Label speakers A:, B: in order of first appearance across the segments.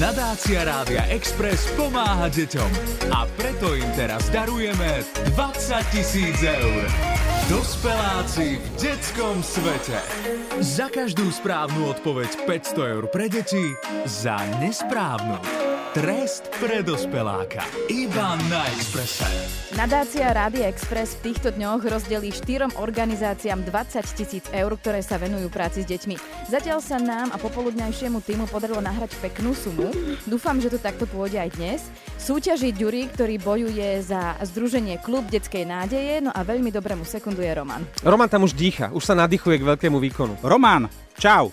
A: Nadácia Rádia Express pomáha deťom a preto im teraz darujeme 20 tisíc eur. Dospeláci v detskom svete. Za každú správnu odpoveď 500 eur pre deti, za nesprávnu. Trest pre dospeláka. Iba na Expresse.
B: Nadácia Rádia Express v týchto dňoch rozdelí štyrom organizáciám 20 tisíc eur, ktoré sa venujú práci s deťmi. Zatiaľ sa nám a popoludňajšiemu týmu podarilo nahrať peknú sumu. Dúfam, že to takto pôjde aj dnes. Súťaží Ďuri, ktorý bojuje za združenie Klub detskej nádeje, no a veľmi dobre mu sekunduje Roman.
C: Roman tam už dýcha, už sa nadýchuje k veľkému výkonu.
D: Román, čau.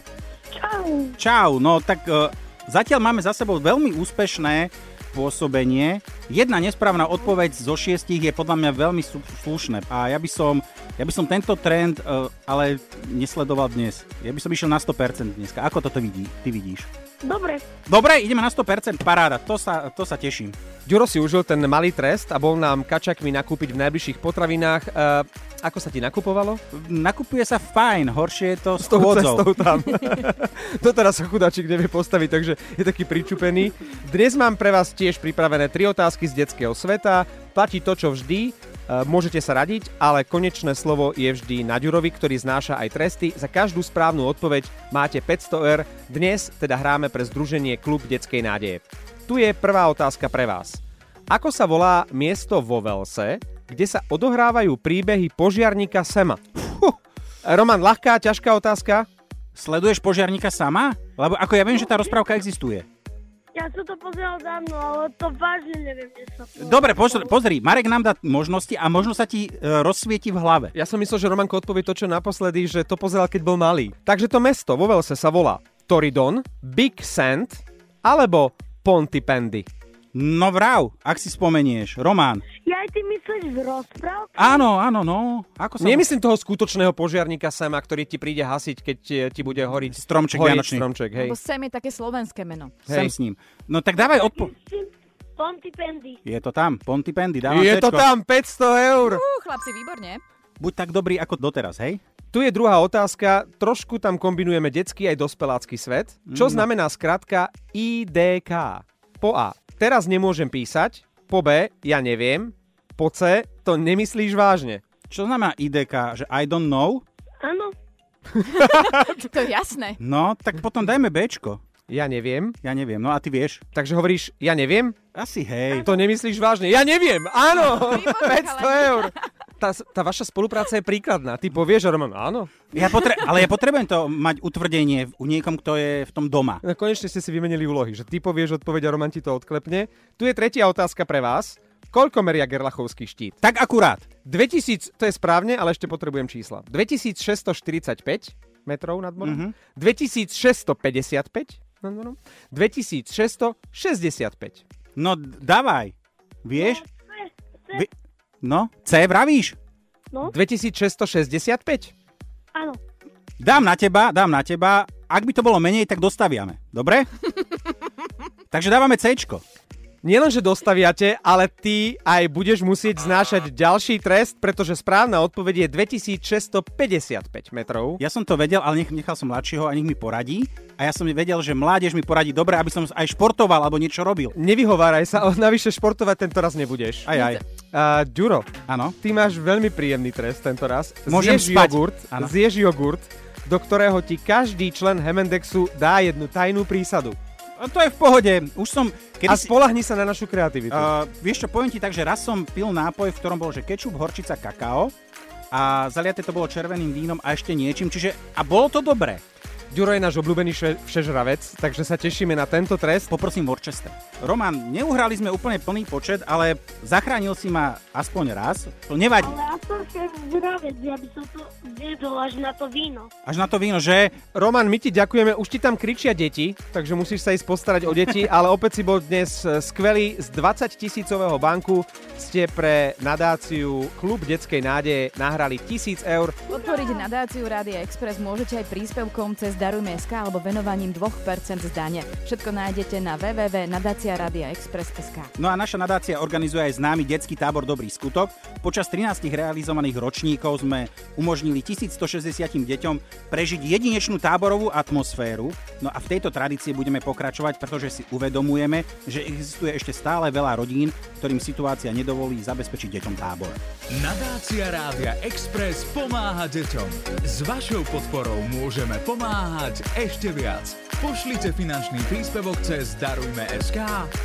E: Čau.
D: Čau, no tak e, zatiaľ máme za sebou veľmi úspešné pôsobenie. Jedna nesprávna odpoveď zo šiestich je podľa mňa veľmi sú- slušné a ja by som, ja by som tento trend e, ale nesledoval dnes. Ja by som išiel na 100% dneska. Ako toto vidí, ty vidíš?
E: Dobre.
D: Dobre, ideme na 100%, paráda, to sa, to sa teším.
C: Ďuro si užil ten malý trest a bol nám kačakmi nakúpiť v najbližších potravinách. E, ako sa ti nakupovalo?
D: Nakupuje sa fajn, horšie je to s
C: S tou
D: chôdzou.
C: cestou tam. to teraz sa chudáčik nevie postaviť, takže je taký pričupený. Dnes mám pre vás tiež pripravené tri otázky z detského sveta. Platí to, čo vždy. E, môžete sa radiť, ale konečné slovo je vždy na Ďurovi, ktorý znáša aj tresty. Za každú správnu odpoveď máte 500 eur. Dnes teda hráme pre Združenie Klub detskej nádeje. Tu je prvá otázka pre vás. Ako sa volá miesto vo Velse, kde sa odohrávajú príbehy požiarníka Sema? Huh. Roman, ľahká, ťažká otázka?
D: Sleduješ požiarníka sama? Lebo ako ja viem, že tá rozprávka existuje.
E: Ja som to pozeral dávno, ale to vážne neviem, kde som.
D: Dobre, pozri, pozri, Marek nám dá možnosti a možno sa ti e, rozsvieti v hlave.
C: Ja som myslel, že Romanko odpovie to, čo naposledy, že to pozeral, keď bol malý. Takže to mesto vo Velse sa volá Toridon, Big Sand alebo Pontypandy.
D: No vrav, ak si spomenieš, Román.
E: Ja aj ty myslíš z rozpráv?
D: Áno, áno, no. Ako sa...
C: Nemyslím toho skutočného požiarníka Sema, ktorý ti príde hasiť, keď ti, ti bude horiť
D: Stromček
C: horiť
D: vianočný.
C: Stromček, hej.
B: Lebo Sem je také slovenské meno.
D: Sem
C: Hej.
D: s ním. No tak dávaj odpo...
E: Ponty Pendy.
D: Je to tam, Ponty Pendy, dávam
C: Je to
D: Cčko.
C: tam, 500 eur!
B: Ú, chlapci, výborne.
D: Buď tak dobrý ako doteraz, hej?
C: Tu je druhá otázka. Trošku tam kombinujeme detský aj dospelácky svet. Čo znamená skratka IDK? Po A. Teraz nemôžem písať. Po B. Ja neviem. Po C. To nemyslíš vážne.
D: Čo znamená IDK, že I don't know?
E: Áno.
B: To je jasné.
D: No, tak potom dajme Bčko.
C: Ja neviem.
D: Ja neviem, no a ty vieš?
C: Takže hovoríš, ja neviem.
D: Asi hej.
C: To nemyslíš vážne. Ja neviem. Áno.
B: Výborne,
C: 500 eur. Tá, tá vaša spolupráca je príkladná. Ty povieš, Roman, áno.
D: Ja potre- ale ja potrebujem to mať utvrdenie u niekom, kto je v tom doma.
C: No, konečne ste si vymenili úlohy, že ty povieš odpoveď a Roman ti to odklepne. Tu je tretia otázka pre vás. Koľko meria Gerlachovský štít?
D: Tak akurát.
C: 2000, to je správne, ale ešte potrebujem čísla. 2645 metrov nad morom, 2655 nad morom, 2665.
D: No, d- dávaj. Vieš?
E: C,
D: Vy- No, C vravíš?
C: 2665.
E: no, Áno.
D: Dám na teba, dám na teba. Ak by to bolo menej, tak dostaviame. Dobre? Takže dávame C.
C: Nielen, že dostaviate, ale ty aj budeš musieť znášať ďalší trest, pretože správna odpoveď je 2655 metrov.
D: Ja som to vedel, ale nech, nechal som mladšieho a nech mi poradí. A ja som vedel, že mládež mi poradí dobre, aby som aj športoval alebo niečo robil.
C: Nevyhováraj sa, ale navyše športovať tento raz nebudeš.
D: Aj, aj.
C: Uh, Ďuro,
D: Áno.
C: ty máš veľmi príjemný trest tento raz.
D: Môžem
C: zješ
D: spať.
C: jogurt,
D: Áno.
C: zješ jogurt, do ktorého ti každý člen Hemendexu dá jednu tajnú prísadu.
D: A to je v pohode. Už som... Kedy
C: a spolahni sa na našu kreativitu. Uh,
D: Uh, vieš čo, poviem ti tak, že raz som pil nápoj, v ktorom bol, že kečup, horčica, kakao a zaliaté to bolo červeným vínom a ešte niečím, čiže a bolo to dobré.
C: Ďuro je náš obľúbený šve- všežravec, takže sa tešíme na tento trest.
D: Poprosím Worcester. Roman, neuhrali sme úplne plný počet, ale zachránil si ma aspoň raz. To nevadí.
E: Ale ja som šéf zdravec, ja by som to zjedol až na to víno.
D: Až na to víno, že...
C: Roman, my ti ďakujeme, už ti tam kričia deti, takže musíš sa ísť postarať o deti, ale opäť si bol dnes e, skvelý. Z 20 tisícového banku ste pre nadáciu Klub detskej nádeje nahrali 1000 eur.
B: Podporiť nadáciu Rádia Express môžete aj príspevkom cez Darujme.sk alebo venovaním 2% z dane. Všetko nájdete na www.nadaciaradiaexpress.sk.
D: No a naša nadácia organizuje aj známy detský tábor Dobrý skutok. Počas 13 realizovaných ročníkov sme umožnili 1160 deťom prežiť jedinečnú táborovú atmosféru. No a v tejto tradícii budeme pokračovať, pretože si uvedomujeme, že existuje ešte stále veľa rodín, ktorým situácia nedovolí zabezpečiť deťom tábor.
A: Nadácia Rádia Express pomáha deťom. S vašou podporou môžeme pomáhať ešte viac. Pošlite finančný príspevok cez Darujme.sk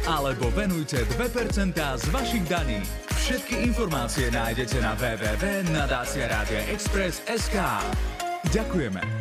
A: alebo venujte 2% z vašich daní. Všetky informácie nájdete na www.nadáciaradiaexpress.sk Ďakujeme.